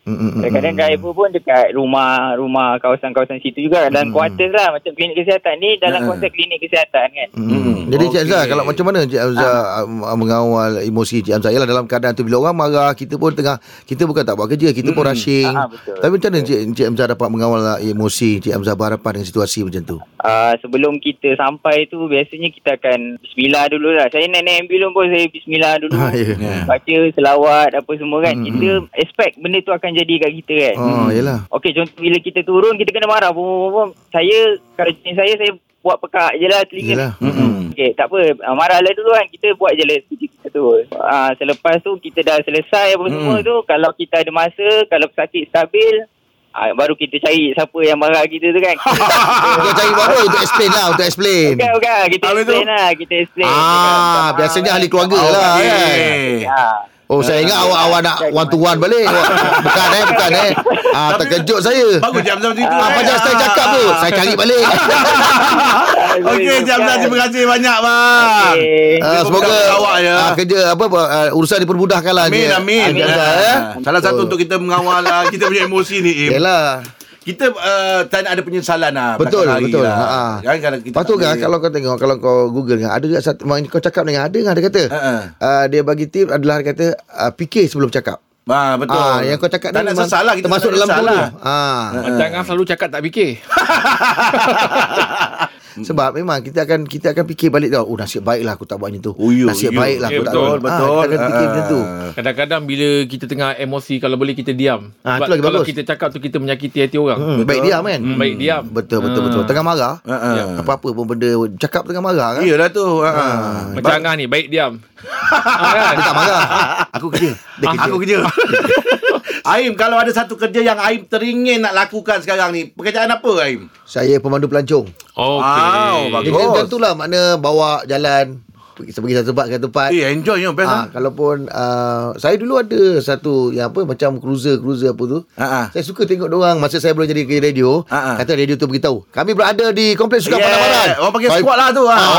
[SPEAKER 3] Mm-mm.
[SPEAKER 7] kadang-kadang driver pun dekat rumah rumah kawasan-kawasan situ juga dalam
[SPEAKER 3] Mm-mm.
[SPEAKER 7] kuarter lah macam klinik kesihatan ni dalam
[SPEAKER 2] Mm-mm.
[SPEAKER 7] kuarter klinik kesihatan kan
[SPEAKER 3] Mm.
[SPEAKER 2] Mm.
[SPEAKER 3] Jadi Cik Azhar
[SPEAKER 2] Okey.
[SPEAKER 3] Kalau macam mana Cik Azhar ah. Mengawal emosi Cik Azhar Yalah dalam keadaan tu Bila orang marah Kita pun tengah Kita bukan tak buat kerja Kita pun rushing
[SPEAKER 7] Ah, betul.
[SPEAKER 3] Tapi macam mana Cik, Cik Azhar dapat mengawal ah, emosi Cik Azhar berharapan dengan situasi macam tu
[SPEAKER 7] uh, sebelum kita sampai tu biasanya kita akan bismillah dulu lah. Saya naik, naik ambulans pun saya bismillah dulu.
[SPEAKER 3] Ah, ya.
[SPEAKER 2] Ya.
[SPEAKER 7] Baca selawat apa semua kan. Kita expect benda tu akan jadi kat kita kan.
[SPEAKER 3] Oh yelah
[SPEAKER 7] Okey contoh bila kita turun kita kena marah. Bum, bum, bum. Saya kalau jenis saya saya buat pekak je lah telinga.
[SPEAKER 3] Yelah
[SPEAKER 2] Mm.
[SPEAKER 7] Okey, tak apa. Ah, marahlah dulu kan. Kita buat je lah kerja kita tu. Ah, selepas tu, kita dah selesai apa
[SPEAKER 2] Hmm.
[SPEAKER 7] semua tu. Kalau kita ada masa, kalau pesakit stabil, ah, baru kita cari siapa yang marah kita tu kan.
[SPEAKER 3] Bukan cari baru Untuk explain lah Untuk explain
[SPEAKER 7] Bukan, bukan. Kita
[SPEAKER 2] Habis tu?
[SPEAKER 7] explain lah. Kita explain.
[SPEAKER 3] Ah,
[SPEAKER 7] Cakap,
[SPEAKER 3] biasanya
[SPEAKER 7] ah,
[SPEAKER 3] ahli keluarga
[SPEAKER 7] ah,
[SPEAKER 3] lah
[SPEAKER 2] okey.
[SPEAKER 3] kan.
[SPEAKER 7] ah.
[SPEAKER 3] Oh, saya ingat awak-awak nak one to one balik. *laughs* Bukan eh, bukan eh. Ah, terkejut saya.
[SPEAKER 2] Bagus Ah. jam jam itu.
[SPEAKER 3] Apa yang saya cakap tu? Saya cari
[SPEAKER 2] *laughs*
[SPEAKER 3] balik. Ah,
[SPEAKER 2] Okey, kan? jam jam terima kasih banyak bang.
[SPEAKER 7] Okey.
[SPEAKER 3] Ah, semoga
[SPEAKER 2] Bukan awak je.
[SPEAKER 3] ah, kerja apa uh, urusan dipermudahkan lah.
[SPEAKER 2] Amin,
[SPEAKER 3] Cik.
[SPEAKER 2] amin.
[SPEAKER 3] Cik Azhar,
[SPEAKER 2] Ah,
[SPEAKER 3] eh.
[SPEAKER 2] Salah satu
[SPEAKER 3] Oh.
[SPEAKER 2] untuk kita mengawal ah, kita punya emosi ni. eh, Im.
[SPEAKER 3] Yalah.
[SPEAKER 2] Kita uh, tak nak ada penyesalan lah.
[SPEAKER 3] Betul
[SPEAKER 2] belakang hari
[SPEAKER 3] betul.
[SPEAKER 2] Lah.
[SPEAKER 3] Ha.
[SPEAKER 2] Kan kalau kita
[SPEAKER 3] Lepas tu
[SPEAKER 2] tak
[SPEAKER 3] kan
[SPEAKER 2] boleh-
[SPEAKER 3] kalau kau tengok kalau kau Google kan ada tak satu memang kau cakap dengan ada kan dia kata.
[SPEAKER 2] Ha, ha.
[SPEAKER 3] Uh, dia bagi tip adalah dia kata uh, fikir sebelum cakap.
[SPEAKER 2] Ah, betul.
[SPEAKER 3] Ah, yang kau cakap
[SPEAKER 2] tak
[SPEAKER 3] ni
[SPEAKER 2] nak
[SPEAKER 3] memang
[SPEAKER 2] sesal lah. Kita
[SPEAKER 3] termasuk
[SPEAKER 2] tak nak
[SPEAKER 3] dalam
[SPEAKER 2] sesal
[SPEAKER 3] tu.
[SPEAKER 2] lah.
[SPEAKER 3] Ah.
[SPEAKER 4] Jangan selalu cakap tak fikir.
[SPEAKER 2] Mm.
[SPEAKER 3] Sebab memang kita akan kita akan fikir balik tau. Oh nasib baiklah aku tak buat macam tu.
[SPEAKER 2] Oh, you,
[SPEAKER 3] nasib
[SPEAKER 2] you.
[SPEAKER 3] baiklah
[SPEAKER 4] Ya,
[SPEAKER 3] aku tak
[SPEAKER 4] betul,
[SPEAKER 3] buat. Ah, kita akan fikir
[SPEAKER 2] Ah.
[SPEAKER 3] macam tu.
[SPEAKER 4] Kadang-kadang bila kita tengah emosi kalau boleh kita diam.
[SPEAKER 3] Ah,
[SPEAKER 4] Sebab
[SPEAKER 3] itu lagi
[SPEAKER 4] kalau
[SPEAKER 3] bagus.
[SPEAKER 4] kita cakap tu kita menyakiti hati orang.
[SPEAKER 3] Hmm, baik diam kan?
[SPEAKER 4] Hmm, baik diam.
[SPEAKER 3] Betul betul
[SPEAKER 4] Ah.
[SPEAKER 3] betul. Tengah marah.
[SPEAKER 2] Ha, ha.
[SPEAKER 3] Apa-apa pun benda cakap tengah marah kan.
[SPEAKER 2] Iyalah tu. Ha.
[SPEAKER 4] Macam Angah ni baik
[SPEAKER 3] *laughs*
[SPEAKER 4] diam. ah, kan?
[SPEAKER 3] Dia tak marah.
[SPEAKER 2] Aku kerja. Ah, Aku
[SPEAKER 3] *laughs*
[SPEAKER 2] kerja. Aim, kalau ada satu kerja yang Aim teringin nak lakukan sekarang ni, pekerjaan apa Aim?
[SPEAKER 3] Saya pemandu pelancong.
[SPEAKER 4] Okey.
[SPEAKER 2] Wow,
[SPEAKER 3] Dia
[SPEAKER 2] bagus.
[SPEAKER 3] kata macam tu lah makna bawa jalan pergi pergi satu tempat ke satu tempat.
[SPEAKER 2] Eh, enjoy yang best.
[SPEAKER 3] Ah,
[SPEAKER 2] Ha.
[SPEAKER 3] kalaupun uh, saya dulu ada satu yang apa macam cruiser cruiser apa tu.
[SPEAKER 2] Ha, ha.
[SPEAKER 3] Saya suka tengok orang masa saya belum jadi kerja radio.
[SPEAKER 2] Ha, ha.
[SPEAKER 3] Kata radio tu beritahu. Kami berada di kompleks Sukan
[SPEAKER 2] Yeah,
[SPEAKER 3] yeah. Panamaran.
[SPEAKER 2] orang panggil squad lah tu, ha.
[SPEAKER 3] Ah,
[SPEAKER 4] Oh,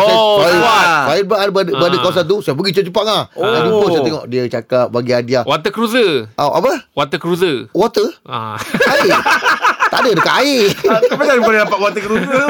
[SPEAKER 3] saya,
[SPEAKER 2] squad.
[SPEAKER 3] Saya, saya berada, berada, berada kawasan tu. Saya pergi cepat-cepat lah. Saya jumpa saya tengok dia cakap bagi hadiah.
[SPEAKER 4] Water cruiser.
[SPEAKER 3] Oh, apa?
[SPEAKER 4] Water cruiser.
[SPEAKER 3] Water?
[SPEAKER 4] Ah.
[SPEAKER 3] Air? tak ada dekat air.
[SPEAKER 2] Kenapa tak boleh dapat water
[SPEAKER 3] *laughs*
[SPEAKER 2] cruiser tu?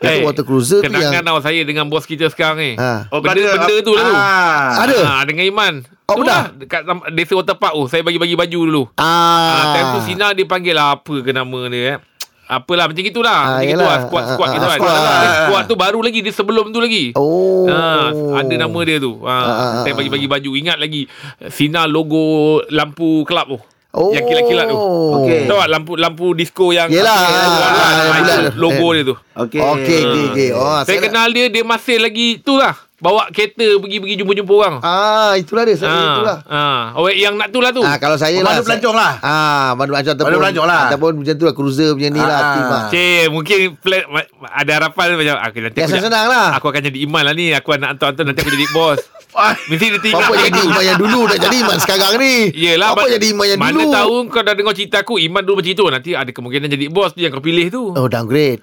[SPEAKER 3] Itu water cruiser tu
[SPEAKER 4] Eh, Kenangan
[SPEAKER 3] yang-
[SPEAKER 4] tau saya dengan bos kita sekarang ni.
[SPEAKER 3] Ha.
[SPEAKER 4] Oh, benda, benda tu lah tu.
[SPEAKER 2] Ah.
[SPEAKER 3] Ada?
[SPEAKER 4] Ah, dengan Iman.
[SPEAKER 3] Oh,
[SPEAKER 4] tu
[SPEAKER 3] pernah?
[SPEAKER 4] lah. Dekat tam- desa water park tu. Saya bagi-bagi baju dulu.
[SPEAKER 3] Ah.
[SPEAKER 4] Ah, time tu Sina dia panggil lah apa ke nama dia eh. Apalah macam gitulah.
[SPEAKER 3] Ah, yelah.
[SPEAKER 4] macam gitulah squad-squad
[SPEAKER 3] Ah,
[SPEAKER 4] kita
[SPEAKER 3] ah,
[SPEAKER 4] kan.
[SPEAKER 3] squad lah.
[SPEAKER 4] Ah, Squad tu baru lagi dia sebelum tu lagi.
[SPEAKER 3] Oh.
[SPEAKER 4] Ha, ada nama dia tu. Ha,
[SPEAKER 3] Ah, ah,
[SPEAKER 4] saya
[SPEAKER 3] ah.
[SPEAKER 4] bagi-bagi baju. Ingat lagi Sina logo lampu kelab tu.
[SPEAKER 3] Oh.
[SPEAKER 4] Yang kilat-kilat tu.
[SPEAKER 3] Okey.
[SPEAKER 4] Tahu tak lampu lampu disco yang
[SPEAKER 3] Yelah, ah,
[SPEAKER 4] Ah, bulat-
[SPEAKER 3] ah,
[SPEAKER 4] bulat-
[SPEAKER 3] yang
[SPEAKER 4] bulat-
[SPEAKER 3] bulat.
[SPEAKER 4] logo dia tu.
[SPEAKER 2] Okey.
[SPEAKER 3] Okey, okey, okey. Oh,
[SPEAKER 4] Saya kenal dia dia masih lagi tu lah. Bawa kereta pergi-pergi jumpa-jumpa orang.
[SPEAKER 3] Ah, itulah dia. Saya itulah.
[SPEAKER 4] ah. Oh, yang nak tu lah tu.
[SPEAKER 3] Ah kalau saya lah.
[SPEAKER 2] Pemandu pelancong lah.
[SPEAKER 3] Ah, pemandu pelancong ataupun
[SPEAKER 2] Pemandu pelancong lah.
[SPEAKER 3] Ataupun macam tu lah cruiser punya ni lah
[SPEAKER 2] Ah.
[SPEAKER 3] team lah.
[SPEAKER 4] Cik, mungkin plan, ma- ada harapan macam ah, okay, nanti aku,
[SPEAKER 3] Biasa
[SPEAKER 4] ja-
[SPEAKER 3] senang lah.
[SPEAKER 4] aku akan jadi iman lah ni. Aku anak hantu-hantu nanti aku jadi bos.
[SPEAKER 3] *laughs*
[SPEAKER 4] Mesti dia
[SPEAKER 2] lah.
[SPEAKER 4] tinggal.
[SPEAKER 3] Bapa jadi iman yang dulu dah jadi iman sekarang ni.
[SPEAKER 4] Yelah
[SPEAKER 3] Bapa
[SPEAKER 4] ba-
[SPEAKER 3] jadi iman yang
[SPEAKER 4] mana
[SPEAKER 3] dulu.
[SPEAKER 4] tahu kau dah dengar cerita aku Iman dulu macam itu Nanti ada kemungkinan jadi bos tu Yang kau pilih tu Ha,
[SPEAKER 3] Oh downgrade.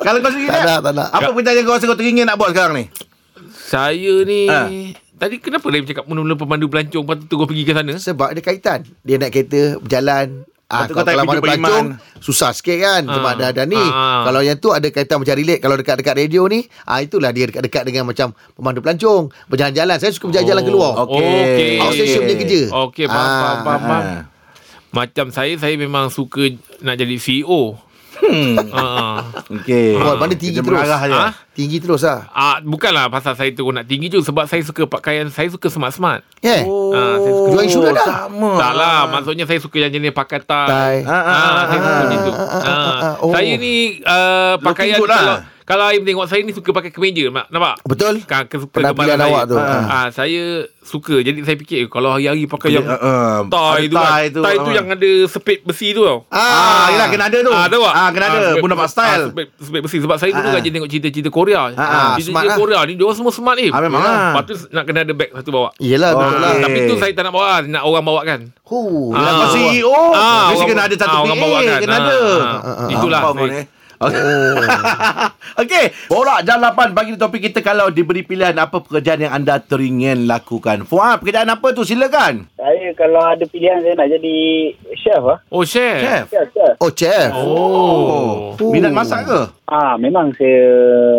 [SPEAKER 2] Kalau kau sendiri
[SPEAKER 3] Tak
[SPEAKER 2] nak,
[SPEAKER 3] nak, tak nak.
[SPEAKER 2] apa pekerjaan yang kau rasa kau teringin nak buat sekarang ni?
[SPEAKER 4] Saya ni
[SPEAKER 2] Ah.
[SPEAKER 4] Tadi kenapa dia cakap Mula-mula pemandu pelancong Lepas tu terus pergi ke sana
[SPEAKER 3] Sebab ada kaitan. Dia nak kereta berjalan Ah,
[SPEAKER 2] Lepas tu
[SPEAKER 3] kalau,
[SPEAKER 2] kau tak
[SPEAKER 3] kalau
[SPEAKER 2] pergi
[SPEAKER 3] mana
[SPEAKER 2] beriman.
[SPEAKER 3] pelancong Susah sikit kan
[SPEAKER 4] Ah.
[SPEAKER 3] Sebab ada, ada ni
[SPEAKER 4] Ah.
[SPEAKER 3] Kalau yang tu ada kaitan macam relate Kalau dekat-dekat radio ni ah Itulah dia dekat-dekat dengan macam Pemandu pelancong Berjalan-jalan Saya suka berjalan-jalan keluar
[SPEAKER 2] Oh, Okey.
[SPEAKER 4] Okey. Ha.
[SPEAKER 3] Outstation dia kerja
[SPEAKER 4] Okey, faham,
[SPEAKER 3] Ah.
[SPEAKER 4] faham, faham, faham.
[SPEAKER 2] Ah.
[SPEAKER 4] Macam saya, saya memang suka nak jadi E CEO. Hmm. Ah,
[SPEAKER 2] Okey.
[SPEAKER 3] Buat mana tinggi
[SPEAKER 2] Kita
[SPEAKER 3] terus.
[SPEAKER 2] mengarah je.
[SPEAKER 4] Ah?
[SPEAKER 3] Tinggi terus lah
[SPEAKER 4] ah, bukanlah pasal saya tu nak tinggi tu sebab saya suka pakaian, saya suka smart-smart.
[SPEAKER 3] Yeah
[SPEAKER 2] Oh,
[SPEAKER 4] Ah, saya suka.
[SPEAKER 3] Jual insurans dah?
[SPEAKER 2] Sama.
[SPEAKER 4] Tak lah, maksudnya saya suka yang jenis pakai
[SPEAKER 3] Tai.
[SPEAKER 4] tai.
[SPEAKER 2] Ah, ah,
[SPEAKER 4] Ah,
[SPEAKER 2] ah,
[SPEAKER 4] saya suka
[SPEAKER 2] ah,
[SPEAKER 4] gitu.
[SPEAKER 3] ah, ah,
[SPEAKER 4] Ah,
[SPEAKER 3] ah, oh.
[SPEAKER 4] Saya ni ah, pakaian
[SPEAKER 2] good
[SPEAKER 4] kalau
[SPEAKER 2] lah.
[SPEAKER 4] kalau Aim tengok saya ni suka pakai kemeja, Mak. nampak?
[SPEAKER 3] Betul
[SPEAKER 4] Ka- ke- suka
[SPEAKER 3] Penampilan
[SPEAKER 4] gambaran saya.
[SPEAKER 3] awak tu.
[SPEAKER 4] Ah, ah, saya suka. Jadi saya fikir eh, kalau hari-hari pakai yang
[SPEAKER 2] Ah, ah,
[SPEAKER 4] tai
[SPEAKER 2] ada
[SPEAKER 4] tu.
[SPEAKER 2] tie
[SPEAKER 4] Tai
[SPEAKER 2] tu,
[SPEAKER 4] tu, tai tu
[SPEAKER 2] ah.
[SPEAKER 4] yang ada sepit besi tu tau.
[SPEAKER 2] Ah, yelah kena ada tu.
[SPEAKER 4] Ah, tahu tak?
[SPEAKER 2] Ah, kena ada.
[SPEAKER 4] sebab-
[SPEAKER 2] Pun nampak
[SPEAKER 4] sebab-
[SPEAKER 2] style.
[SPEAKER 4] Ah, sebab, sebab besi. Sebab saya
[SPEAKER 2] Ah,
[SPEAKER 4] dulu
[SPEAKER 2] ah.
[SPEAKER 4] rajin tengok cerita-cerita Korea. Ah,
[SPEAKER 2] ah,
[SPEAKER 3] smart
[SPEAKER 4] cerita-cerita
[SPEAKER 3] lah.
[SPEAKER 4] Korea ni, diorang semua smart ni.
[SPEAKER 2] Ah, memang lah.
[SPEAKER 4] Lepas tu nak kena ada beg satu bawa.
[SPEAKER 3] Yelah betul
[SPEAKER 2] Okey.
[SPEAKER 3] lah
[SPEAKER 4] Tapi tu saya tak nak bawa, nak orang bawa kan.
[SPEAKER 3] Huh.
[SPEAKER 2] Yelah, kau
[SPEAKER 4] Ah.
[SPEAKER 2] CEO.
[SPEAKER 4] Ah,
[SPEAKER 2] E Mesti
[SPEAKER 4] orang-
[SPEAKER 2] kena ada satu
[SPEAKER 4] ah,
[SPEAKER 2] PA.
[SPEAKER 4] orang bawa kan.
[SPEAKER 2] Kena
[SPEAKER 4] Ah,
[SPEAKER 2] ada.
[SPEAKER 4] ah, ah. Itulah.
[SPEAKER 2] Nampak *laughs*
[SPEAKER 4] Saya-
[SPEAKER 2] mana, eh? Okey, borak jam 8 bagi topik kita kalau diberi pilihan apa pekerjaan yang anda teringin lakukan. Fuad, pekerjaan apa tu silakan.
[SPEAKER 8] Saya kalau ada pilihan saya nak jadi chef lah.
[SPEAKER 4] Oh, share.
[SPEAKER 2] Chef.
[SPEAKER 8] Chef, chef.
[SPEAKER 3] Oh chef
[SPEAKER 4] Oh.
[SPEAKER 2] Minat masak ke?
[SPEAKER 8] Ah, memang saya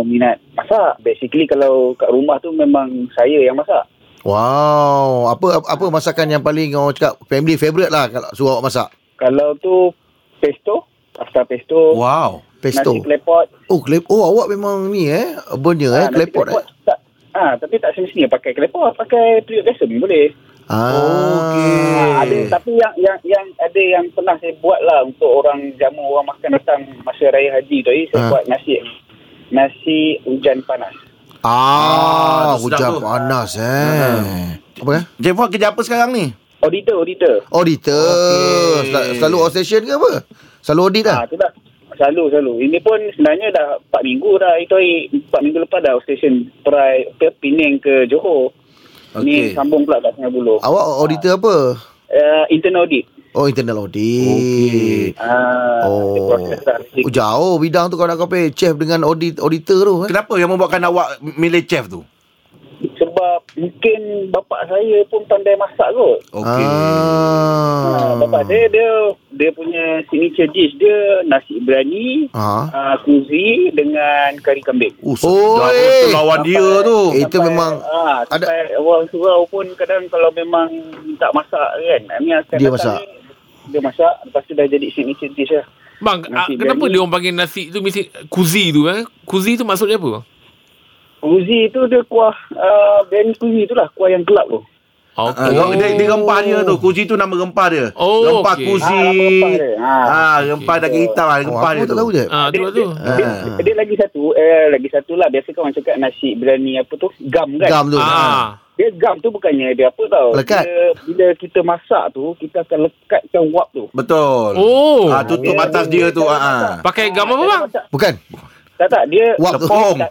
[SPEAKER 8] minat masak. Basically kalau kat rumah tu memang saya yang masak.
[SPEAKER 3] Wow Apa apa masakan yang paling Orang cakap Family favourite lah Kalau suruh awak masak
[SPEAKER 8] Kalau tu pesto, pasta
[SPEAKER 4] Oh.
[SPEAKER 8] pesto,
[SPEAKER 2] Wow.
[SPEAKER 8] nasi
[SPEAKER 3] Pesto
[SPEAKER 8] klepot. Ah,
[SPEAKER 3] Oh klep Oh awak memang ni eh Burnya eh
[SPEAKER 8] nasi
[SPEAKER 3] Klepot eh
[SPEAKER 8] Tak, ah, tapi tak semestinya pakai klepot, pakai periuk biasa pun boleh. Ah,
[SPEAKER 3] Ah.
[SPEAKER 8] ada tapi yang yang yang ada yang pernah saya buat lah untuk orang jamu orang makan datang masa raya haji tu. eh, Saya
[SPEAKER 3] Ah.
[SPEAKER 8] buat nasi nasi hujan panas.
[SPEAKER 3] Ah,
[SPEAKER 2] Ah, tu
[SPEAKER 3] hujan
[SPEAKER 2] sedap tu. Ah.
[SPEAKER 3] panas eh. Apa eh?
[SPEAKER 2] Cik Fuad kerja apa sekarang ni?
[SPEAKER 8] Auditor, auditor.
[SPEAKER 3] Auditor.
[SPEAKER 2] Okey.
[SPEAKER 3] Okay. Selalu outstation ke apa? Selalu audit
[SPEAKER 8] Ah,
[SPEAKER 3] lah.
[SPEAKER 8] tu dah. Selalu, selalu. Ini pun sebenarnya dah 4 minggu dah. Itu hari 4 minggu lepas dah station perai pe- Penang ke Johor.
[SPEAKER 2] Okey.
[SPEAKER 8] Ni sambung pula kat Sungai Buloh.
[SPEAKER 3] Awak auditor apa?
[SPEAKER 8] Uh, internal audit.
[SPEAKER 3] Oh, internal audit.
[SPEAKER 8] Ah, dia
[SPEAKER 3] Oh.
[SPEAKER 8] proses dah.
[SPEAKER 3] oh. Jauh bidang tu kau nak compare chef dengan audit auditor tu eh.
[SPEAKER 2] Kenapa yang membuatkan awak milih chef tu?
[SPEAKER 8] Sebab mungkin bapak saya pun pandai masak kot.
[SPEAKER 2] Okey.
[SPEAKER 8] Ah,
[SPEAKER 3] Ah.
[SPEAKER 8] bapak saya dia dia punya signature dish dia nasi berani,
[SPEAKER 3] Ah.
[SPEAKER 8] ah, kuzi dengan kari kambing.
[SPEAKER 2] Oh,
[SPEAKER 3] Oh,
[SPEAKER 2] sedap
[SPEAKER 3] eh.
[SPEAKER 2] tu lawan dia tu.
[SPEAKER 3] Eh, itu memang
[SPEAKER 8] ah,
[SPEAKER 3] ada-
[SPEAKER 8] ada orang surau pun kadang kalau memang minta masak kan. Amir akan
[SPEAKER 3] Dia
[SPEAKER 8] datang
[SPEAKER 3] masak.
[SPEAKER 8] ni, Dia masak lepas tu dah jadi signature dish lah.
[SPEAKER 4] Bang, ah,
[SPEAKER 8] Nasi
[SPEAKER 4] kenapa
[SPEAKER 8] biryani.
[SPEAKER 4] dia orang panggil nasi tu mesti kuzi tu eh? Kuzi tu maksudnya apa?
[SPEAKER 8] Kuzi tu dia kuah uh, berani kuzi tu lah kuah yang gelap tu.
[SPEAKER 2] Ah,
[SPEAKER 4] Okay.
[SPEAKER 2] oh. dia, dia rempah dia tu. Kuzi tu nama rempah dia.
[SPEAKER 4] Oh,
[SPEAKER 2] rempah
[SPEAKER 4] okey.
[SPEAKER 8] Ah,
[SPEAKER 2] kuzi.
[SPEAKER 8] nama rempah dia. Ah.
[SPEAKER 2] Ah, rempah daging hitam lah,
[SPEAKER 3] Oh,
[SPEAKER 2] rempah
[SPEAKER 3] aku
[SPEAKER 2] dia
[SPEAKER 3] tak
[SPEAKER 2] tu.
[SPEAKER 3] tahu je.
[SPEAKER 4] Ah, tu lah
[SPEAKER 8] dia,
[SPEAKER 4] tu.
[SPEAKER 8] dia,
[SPEAKER 3] Ah.
[SPEAKER 8] dia, dia, lagi satu eh, lagi satu lah biasa kan orang cakap nasi berani apa tu gam kan.
[SPEAKER 3] Gam tu. Ah.
[SPEAKER 4] Ah.
[SPEAKER 8] Dia gam tu bukannya dia apa tau.
[SPEAKER 3] Lekat.
[SPEAKER 8] Bila, bila kita masak tu, kita akan lekatkan wap tu.
[SPEAKER 2] Betul.
[SPEAKER 4] Oh.
[SPEAKER 2] Ah, tutup
[SPEAKER 8] Dia-
[SPEAKER 2] batas dia tu.
[SPEAKER 8] dia-
[SPEAKER 2] Ah. ah.
[SPEAKER 4] Pakai gam apa
[SPEAKER 8] Dia
[SPEAKER 4] bang?
[SPEAKER 8] masak-
[SPEAKER 3] Bukan.
[SPEAKER 8] Tak, tak. Dia
[SPEAKER 3] Wap tu.
[SPEAKER 2] Lepong.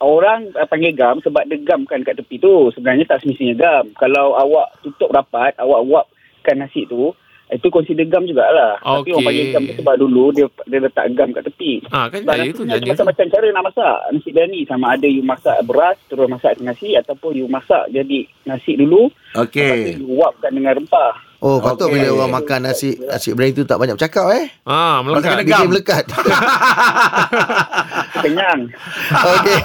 [SPEAKER 8] orang uh, panggil gam sebab dia gam kan kat tepi tu. Sebenarnya tak semestinya gam. Kalau awak tutup rapat, awak wapkan nasi tu, eh, itu consider gam jugalah. Tapi
[SPEAKER 4] Okey.
[SPEAKER 8] orang panggil gam tu sebab dulu dia dia letak gam kat tepi.
[SPEAKER 4] Ah, kan
[SPEAKER 8] Sebab
[SPEAKER 4] saya
[SPEAKER 8] nasi
[SPEAKER 4] tu
[SPEAKER 8] ni ada
[SPEAKER 4] janji tu.
[SPEAKER 8] macam-macam cara nak masak. Nasi biryani sama ada you masak beras, terus masak ke nasi ataupun you masak jadi nasi dulu, lepas tu
[SPEAKER 2] Okey.
[SPEAKER 8] you wapkan dengan rempah.
[SPEAKER 3] Oh, patut
[SPEAKER 2] Okey.
[SPEAKER 3] bila orang makan nasi nasi berani tu tak banyak bercakap eh.
[SPEAKER 4] Ah,
[SPEAKER 2] Pasal
[SPEAKER 4] melekat.
[SPEAKER 2] Gam.
[SPEAKER 3] Bikin melekat.
[SPEAKER 8] Kenyang.
[SPEAKER 3] Okey.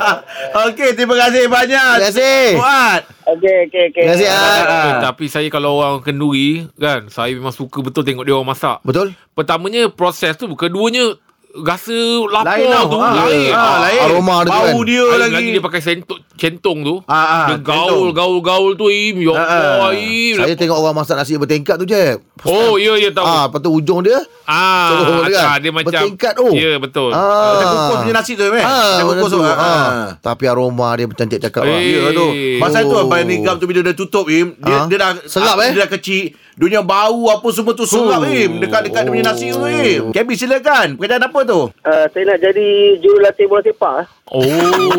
[SPEAKER 2] Okey, terima kasih banyak.
[SPEAKER 3] Terima kasih.
[SPEAKER 2] Fuad.
[SPEAKER 8] Okey, okey, okey.
[SPEAKER 3] Terima kasih. Ad.
[SPEAKER 4] Eh,
[SPEAKER 2] Ah.
[SPEAKER 4] Tapi saya kalau orang kenduri kan, saya memang suka betul tengok dia orang masak.
[SPEAKER 3] Betul?
[SPEAKER 4] Pertamanya proses tu, keduanya rasa lapar
[SPEAKER 2] Lain tau.
[SPEAKER 4] tu
[SPEAKER 2] Ah,
[SPEAKER 4] lain.
[SPEAKER 2] ah, lain.
[SPEAKER 3] Ya, Aroma dia tu
[SPEAKER 2] Bau
[SPEAKER 3] kan.
[SPEAKER 2] dia
[SPEAKER 4] Lain
[SPEAKER 2] lagi.
[SPEAKER 4] lagi. dia pakai sentuh, centong tu.
[SPEAKER 2] Ah, ah,
[SPEAKER 4] dia
[SPEAKER 2] centong.
[SPEAKER 4] gaul, gaul, gaul tu im.
[SPEAKER 2] Ah,
[SPEAKER 4] Ya
[SPEAKER 2] ah.
[SPEAKER 4] Allah, im.
[SPEAKER 3] Saya tengok orang masak nasi bertingkat tu je.
[SPEAKER 4] Oh, ya, ya tahu.
[SPEAKER 3] Ah, lepas tu ujung dia
[SPEAKER 4] Ah,
[SPEAKER 3] Teruk dia kan?
[SPEAKER 4] ah, dia macam
[SPEAKER 3] Bertingkat tu.
[SPEAKER 4] Ya, betul.
[SPEAKER 3] Ah.
[SPEAKER 2] Macam kukus punya nasi tu
[SPEAKER 3] Ah,
[SPEAKER 2] eh. Macam
[SPEAKER 3] macam
[SPEAKER 2] kukus
[SPEAKER 3] tu.
[SPEAKER 2] tu. Ah,
[SPEAKER 3] Ah.
[SPEAKER 2] ah.
[SPEAKER 3] Tapi aroma dia cantik cakap lah.
[SPEAKER 4] Eh.
[SPEAKER 2] Ya tu. Pasal tu
[SPEAKER 3] Oh.
[SPEAKER 2] apa ni gam tu bila dah tutup Im,
[SPEAKER 3] Ah.
[SPEAKER 2] dia dia dah
[SPEAKER 3] Serap, eh?
[SPEAKER 2] dia dah kecil. Dunia bau apa semua tu serap
[SPEAKER 4] Oh.
[SPEAKER 2] Im dekat-dekat dia punya nasi tu Im.
[SPEAKER 3] Oh.
[SPEAKER 2] Kebi silakan. Pekerjaan apa tu?
[SPEAKER 8] Uh, saya nak jadi jurulatih bola sepak.
[SPEAKER 4] Oh.
[SPEAKER 3] *laughs*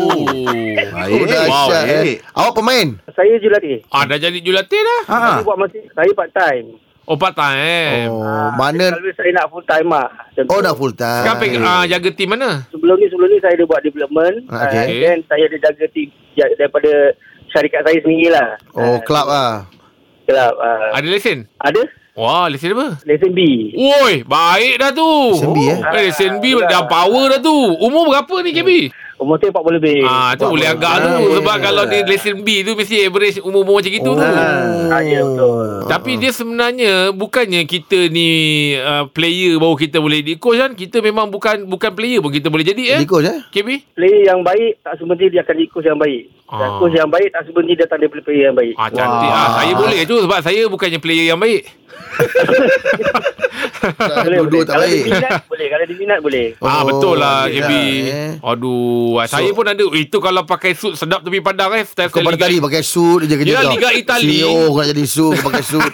[SPEAKER 3] Oh, dahsyat,
[SPEAKER 2] Wow,
[SPEAKER 3] eh. Awak pemain?
[SPEAKER 8] Saya jurulatih.
[SPEAKER 4] ah, dah jadi jurulatih dah.
[SPEAKER 3] Ah,
[SPEAKER 2] Ha.
[SPEAKER 8] Saya buat masih saya part time.
[SPEAKER 4] Oh, part time.
[SPEAKER 3] Oh,
[SPEAKER 4] Oh.
[SPEAKER 3] mana?
[SPEAKER 8] Kalau saya nak full time ah.
[SPEAKER 3] Oh, dah full time.
[SPEAKER 4] Sekarang peng, ah, jaga tim mana?
[SPEAKER 8] Sebelum ni sebelum ni saya ada buat development
[SPEAKER 3] Ah,
[SPEAKER 8] okay.
[SPEAKER 3] okey.
[SPEAKER 8] and then saya ada jaga tim ja- daripada syarikat saya sendirilah.
[SPEAKER 3] Oh,
[SPEAKER 8] lah. Ah,
[SPEAKER 3] club ah.
[SPEAKER 8] Kelab. Uh,
[SPEAKER 4] Ada lesen?
[SPEAKER 8] ada?
[SPEAKER 4] Wah, lesen apa?
[SPEAKER 8] Lesson B.
[SPEAKER 4] Woi, baik dah tu.
[SPEAKER 3] Lesen B, eh?
[SPEAKER 4] Eh, lesen B dah power dah tu. Umur berapa ni KB?
[SPEAKER 8] Umur saya 40 lebih.
[SPEAKER 4] Ah, tu boleh agak tu
[SPEAKER 3] Eh, Ah, Oh.
[SPEAKER 4] sebab kalau dia lesen B tu mesti average umur-umur macam itu tu.
[SPEAKER 8] Ah, ya, betul.
[SPEAKER 4] Tapi dia sebenarnya bukannya kita ni uh, player baru kita boleh jadi coach kan. Kita memang bukan bukan player pun kita boleh jadi eh.
[SPEAKER 3] Jadi coach eh?
[SPEAKER 4] KB?
[SPEAKER 8] Player yang baik tak semestinya dia akan jadi coach yang baik. Dan
[SPEAKER 4] Ah.
[SPEAKER 8] coach yang baik tak semestinya dia akan jadi player yang baik.
[SPEAKER 4] Ah cantik
[SPEAKER 3] Wah.
[SPEAKER 4] ah saya boleh tu sebab saya bukannya player yang baik. Ah.
[SPEAKER 3] Duduk tak
[SPEAKER 8] Kalau
[SPEAKER 3] baik.
[SPEAKER 8] diminat boleh. Kalau diminat boleh.
[SPEAKER 4] Oh, ah betul lah
[SPEAKER 3] boleh
[SPEAKER 4] KB.
[SPEAKER 3] lah, eh.
[SPEAKER 4] Aduh, so, saya pun ada itu kalau pakai suit sedap tepi padang eh style
[SPEAKER 3] Kau
[SPEAKER 4] style
[SPEAKER 3] pada tadi pakai suit dia kerja
[SPEAKER 4] Yelah,
[SPEAKER 3] kau.
[SPEAKER 4] Liga Itali.
[SPEAKER 3] CEO kau nak jadi suit kau pakai
[SPEAKER 4] *laughs*
[SPEAKER 3] suit.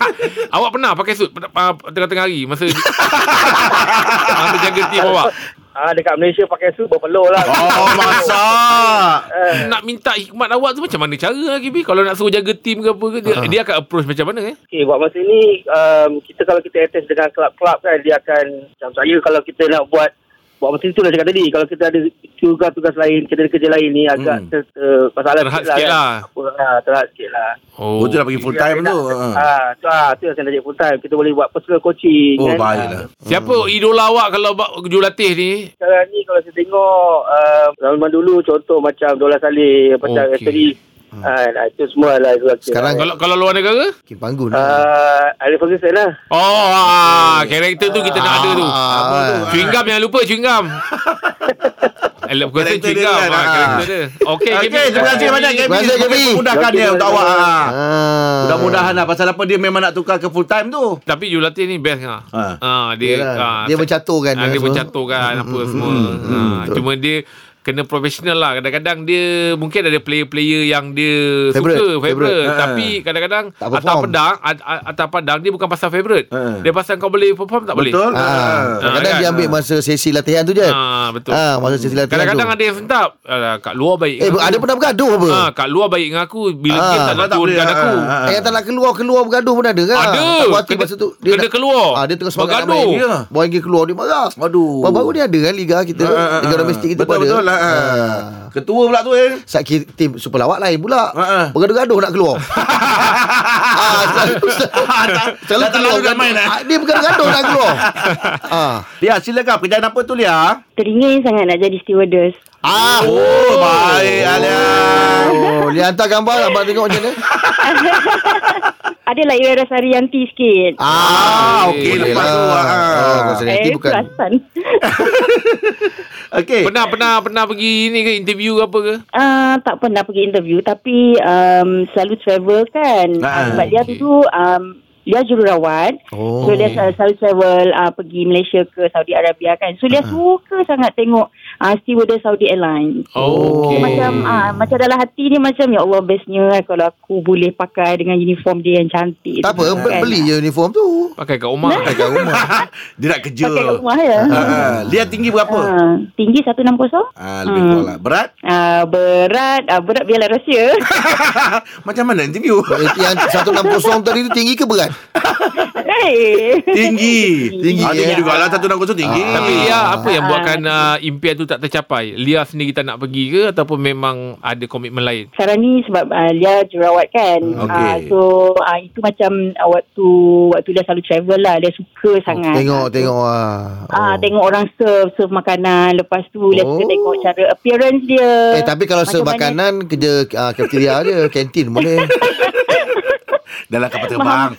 [SPEAKER 4] Awak pernah pakai suit pada- ah, tengah-tengah hari masa *laughs* masa jaga tim awak.
[SPEAKER 8] Ah, dekat Malaysia pakai suit berpeluh lah.
[SPEAKER 2] Oh, masak.
[SPEAKER 8] Eh,
[SPEAKER 4] Nak minta hikmat awak tu macam mana cara lah KB kalau nak suruh jaga tim ke apa ke dia,
[SPEAKER 3] Ah.
[SPEAKER 4] dia akan approach macam mana eh?
[SPEAKER 8] Okay, buat masa ni um, kita kalau kita attach dengan kelab-kelab kan dia akan macam saya kalau kita nak buat buat masa tu lah cakap tadi kalau kita ada tugas-tugas lain kerja-kerja lain ni agak hmm. ter, ter, masalah
[SPEAKER 4] Terhad
[SPEAKER 8] sikit
[SPEAKER 4] sikit lah.
[SPEAKER 8] Apa, ah, terhad sikit lah
[SPEAKER 2] Oh, tu dah pergi full time tu. Ah.
[SPEAKER 8] ah, tu, ah, tu yang saya nak jadi full time kita boleh buat personal coaching
[SPEAKER 2] Oh,
[SPEAKER 8] kan
[SPEAKER 2] baiklah.
[SPEAKER 4] Siapa
[SPEAKER 3] Hmm.
[SPEAKER 4] idola awak kalau bak jurulatih ni?
[SPEAKER 8] sekarang ni kalau saya tengok uh, zaman dulu contoh macam Dola Saleh macam
[SPEAKER 4] Okey.
[SPEAKER 8] okay. Asteri
[SPEAKER 2] Hmm.
[SPEAKER 8] ah, nah, itu semua lah itu lah kira.
[SPEAKER 3] Sekarang
[SPEAKER 4] Kalau kalau luar negara?
[SPEAKER 3] Kim Panggun.
[SPEAKER 4] Ah.
[SPEAKER 3] lah.
[SPEAKER 8] uh, Ali Ferguson lah
[SPEAKER 4] Oh, ah, karakter tu kita nak ada tu.
[SPEAKER 3] Ah,
[SPEAKER 4] Chewing gum jangan lupa chewing
[SPEAKER 2] *laughs*
[SPEAKER 4] gum. Elok kau
[SPEAKER 2] Karakter
[SPEAKER 4] chewing
[SPEAKER 2] dia
[SPEAKER 4] gum
[SPEAKER 2] kan,
[SPEAKER 4] ah,
[SPEAKER 2] ah.
[SPEAKER 4] karakter dia. Okey,
[SPEAKER 2] Okey,
[SPEAKER 4] Kevin.
[SPEAKER 2] terima kasih banyak Kevin.
[SPEAKER 3] Terima kasih, Kevin.
[SPEAKER 2] Mudahkan dia untuk awak. ah.
[SPEAKER 3] Ah.
[SPEAKER 2] Mudah-mudahan lah pasal apa dia memang nak tukar ke full time tu.
[SPEAKER 4] Tapi jurulatih ni best kan.
[SPEAKER 2] Ha.
[SPEAKER 4] Ah, dia
[SPEAKER 3] Yelah,
[SPEAKER 4] ah,
[SPEAKER 3] dia mencaturkan lah
[SPEAKER 4] Ah, dia
[SPEAKER 3] semua. hmm,
[SPEAKER 4] mencaturkan apa semua. Ah,
[SPEAKER 3] betul.
[SPEAKER 4] cuma dia kena profesional lah. Kadang-kadang dia mungkin ada player-player yang dia
[SPEAKER 3] Favourite,
[SPEAKER 4] suka, favorite.
[SPEAKER 3] favourite. Ah.
[SPEAKER 4] Ha.
[SPEAKER 2] Ha.
[SPEAKER 4] Tapi kadang-kadang
[SPEAKER 3] Tak
[SPEAKER 4] atas
[SPEAKER 3] perform.
[SPEAKER 4] pedang, at- at- atas padang dia bukan pasal favorite.
[SPEAKER 2] Ha.
[SPEAKER 4] Dia pasal kau boleh perform tak boleh.
[SPEAKER 2] Betul?
[SPEAKER 3] Ah,
[SPEAKER 2] Ah.
[SPEAKER 3] kadang-kadang
[SPEAKER 4] lah. kan?
[SPEAKER 3] dia ambil masa sesi latihan tu je.
[SPEAKER 4] Ah, betul.
[SPEAKER 3] Ah, masa sesi latihan
[SPEAKER 4] Kadang-kadang
[SPEAKER 3] tu.
[SPEAKER 4] ada yang sentap. Alah, kat luar baik.
[SPEAKER 3] Eh,
[SPEAKER 4] dengan
[SPEAKER 3] ada
[SPEAKER 4] aku.
[SPEAKER 3] pernah bergaduh apa?
[SPEAKER 4] Ah, kat luar baik dengan aku bila
[SPEAKER 3] Ah,
[SPEAKER 4] game tak nak
[SPEAKER 2] tak boleh,
[SPEAKER 4] turunkan
[SPEAKER 2] ah,
[SPEAKER 4] aku.
[SPEAKER 2] ah,
[SPEAKER 3] Eh, yang tak nak keluar Keluar bergaduh pun ada kan Tak
[SPEAKER 4] Ada.
[SPEAKER 3] puas hati
[SPEAKER 4] Kena-
[SPEAKER 3] masa tu
[SPEAKER 4] kena keluar.
[SPEAKER 3] ah, Dia tengah semangat
[SPEAKER 4] Bergaduh.
[SPEAKER 3] nak main.
[SPEAKER 2] Ya.
[SPEAKER 3] Boy dia keluar Dia marah
[SPEAKER 2] Aduh.
[SPEAKER 3] Baru-baru ni ada kan Liga kita
[SPEAKER 2] Ah, ah,
[SPEAKER 3] Liga
[SPEAKER 2] ah.
[SPEAKER 3] domestik kita pun
[SPEAKER 2] Betul
[SPEAKER 3] ada
[SPEAKER 2] betul lah. ah.
[SPEAKER 3] Ah.
[SPEAKER 2] Ketua pula tu eh.
[SPEAKER 3] Saat ki- tim super lawak lain pula
[SPEAKER 2] Ah, ah.
[SPEAKER 3] Bergaduh-gaduh nak
[SPEAKER 2] *laughs*
[SPEAKER 3] keluar ah, selalu, selalu
[SPEAKER 2] dah Ha, tak lalu nak main, eh?
[SPEAKER 3] Ah, Dia bergaduh-gaduh nak keluar ah.
[SPEAKER 2] Lia, silakan kerjaan apa tu Lia?
[SPEAKER 9] Teringin sangat nak jadi stewardess.
[SPEAKER 3] ah.
[SPEAKER 2] Oh, baik Alia.
[SPEAKER 3] Oh, dia hantar gambar Abang tengok macam mana
[SPEAKER 9] Adalah Ira lah Sarianti sikit.
[SPEAKER 2] Ah, okey
[SPEAKER 4] Boleh
[SPEAKER 2] lepas tu.
[SPEAKER 3] lah. Oh,
[SPEAKER 2] Ah.
[SPEAKER 3] kau sedih
[SPEAKER 9] eh,
[SPEAKER 3] bukan
[SPEAKER 9] perasan. *laughs*
[SPEAKER 2] Okey.
[SPEAKER 4] Pernah pernah pernah pergi ni ke interview ke apa ke?
[SPEAKER 9] Ah, tak pernah pergi interview tapi um, selalu travel kan.
[SPEAKER 2] Ah,
[SPEAKER 9] Ah, Sebab dia
[SPEAKER 4] okey.
[SPEAKER 9] dulu um, dia jururawat.
[SPEAKER 3] Oh.
[SPEAKER 9] So dia sel- selalu travel uh, pergi Malaysia ke Saudi Arabia kan. So
[SPEAKER 3] Ah.
[SPEAKER 9] dia suka sangat tengok uh, stewardess Saudi Airlines.
[SPEAKER 4] Oh,
[SPEAKER 9] So, macam ah, macam dalam hati dia macam ya Allah bestnya kan kalau aku boleh pakai dengan uniform dia yang cantik.
[SPEAKER 3] Tak apa
[SPEAKER 9] Kan.
[SPEAKER 3] Beli je uniform tu
[SPEAKER 4] Pakai kat rumah.
[SPEAKER 3] Pakai kat rumah
[SPEAKER 2] *laughs* Dia nak kerja.
[SPEAKER 9] Pakai kat rumah ya.
[SPEAKER 2] Ah, Lia tinggi berapa?
[SPEAKER 9] Ah, tinggi 160.
[SPEAKER 2] Ah, lebih kurang lah. Berat?
[SPEAKER 9] Uh, Hmm. berat uh, berat biarlah rahsia
[SPEAKER 2] Ah, Macam mana
[SPEAKER 9] *laughs*
[SPEAKER 2] interview?
[SPEAKER 3] Yang 160 tadi tu tinggi ke berat?
[SPEAKER 9] hey.
[SPEAKER 2] tinggi.
[SPEAKER 3] Tinggi,
[SPEAKER 2] Ah, tinggi
[SPEAKER 3] eh.
[SPEAKER 2] juga lah satu nak kosong tinggi.
[SPEAKER 3] Ah.
[SPEAKER 4] Tapi Lia apa yang buatkan uh, impian tu tak tercapai? Lia sendiri tak nak pergi ke ataupun memang ada komitmen lain?
[SPEAKER 9] Sarah ni sebab uh, dia jurawat kan
[SPEAKER 2] Okey.
[SPEAKER 9] Ah, so uh, itu macam uh, waktu waktu dia selalu travel lah dia suka sangat
[SPEAKER 3] Tengok, tengok lah.
[SPEAKER 9] Ah,
[SPEAKER 3] Oh.
[SPEAKER 9] tengok orang serve serve makanan lepas tu dia suka
[SPEAKER 3] Oh.
[SPEAKER 9] tengok cara appearance dia
[SPEAKER 3] Eh, tapi kalau
[SPEAKER 9] Macam
[SPEAKER 3] serve
[SPEAKER 9] mana- *laughs*
[SPEAKER 3] makanan, kerja uh, cafeteria je, kantin boleh.
[SPEAKER 2] Dalam kapal terbang.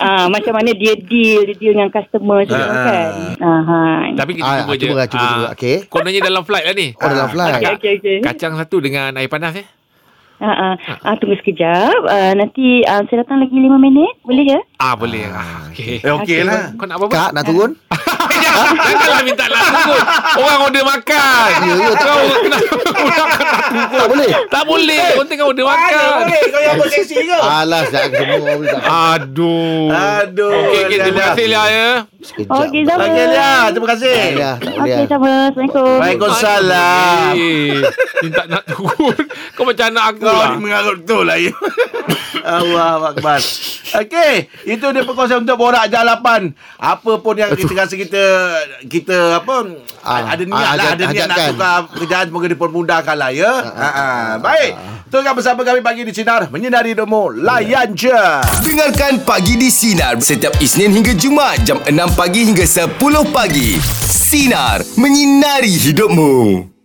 [SPEAKER 9] Ah, macam mana dia deal dia deal dengan customer semua
[SPEAKER 2] Ah.
[SPEAKER 9] kan ah, ha.
[SPEAKER 4] Tapi kita
[SPEAKER 3] Ah,
[SPEAKER 4] cuba
[SPEAKER 3] cuba
[SPEAKER 4] je.
[SPEAKER 3] lah, cuba, cuba.
[SPEAKER 4] Ah,
[SPEAKER 3] Okey.
[SPEAKER 4] Kononnya dalam flight lah ni.
[SPEAKER 3] Oh, dalam flight.
[SPEAKER 9] Okey, okey, okey.
[SPEAKER 4] Kacang satu dengan air panas eh.
[SPEAKER 9] Ah, ah. Ah, tunggu sekejap. Ah, nanti ah, saya datang lagi 5 minit. Boleh ya?
[SPEAKER 4] Ah boleh. Ah, okay.
[SPEAKER 2] Eh, okey lah.
[SPEAKER 4] Kau nak apa-apa?
[SPEAKER 3] Kak, nak turun?
[SPEAKER 4] *laughs* Janganlah minta nak tunggu. Orang order makan.
[SPEAKER 3] Ya, ya, tak
[SPEAKER 4] Kau nak
[SPEAKER 3] tak boleh.
[SPEAKER 4] *laughs* tak boleh. Kau tengah order makan.
[SPEAKER 2] Kau yang buat seksi ke?
[SPEAKER 3] Alas, dah semua orang boleh tak.
[SPEAKER 4] Aduh.
[SPEAKER 2] Aduh.
[SPEAKER 4] Okey, okey, terima kasih Lia ya.
[SPEAKER 3] Sekejap.
[SPEAKER 9] Okey, sama.
[SPEAKER 2] Okey, Lia. Terima kasih.
[SPEAKER 3] Alah, tak boleh.
[SPEAKER 9] Okey, sama. Assalamualaikum.
[SPEAKER 2] Waalaikumsalam.
[SPEAKER 4] Eh, Minta nak turun. Kau macam anak aku
[SPEAKER 2] Ah. Kau
[SPEAKER 4] lah.
[SPEAKER 2] *laughs* ni mengarut betul lah ya. Allah Akbar. Okey, itu dia perkongsian untuk borak jalapan. Apa pun yang kita rasa kita kita apa
[SPEAKER 10] Ah,
[SPEAKER 2] ada niat
[SPEAKER 10] ah,
[SPEAKER 2] lah,
[SPEAKER 10] ajak-
[SPEAKER 2] ada niat nak
[SPEAKER 10] ajakkan.
[SPEAKER 2] tukar kerjaan semoga dipermudahkan lah ya. Ha ah. Baik. Tunggu bersama kami pagi di sinar menyinari demo layan je.
[SPEAKER 3] Dengarkan Pagi di Sinar setiap Isnin hingga Jumaat jam 6 pagi hingga 10 pagi. Sinar, menyinari hidupmu.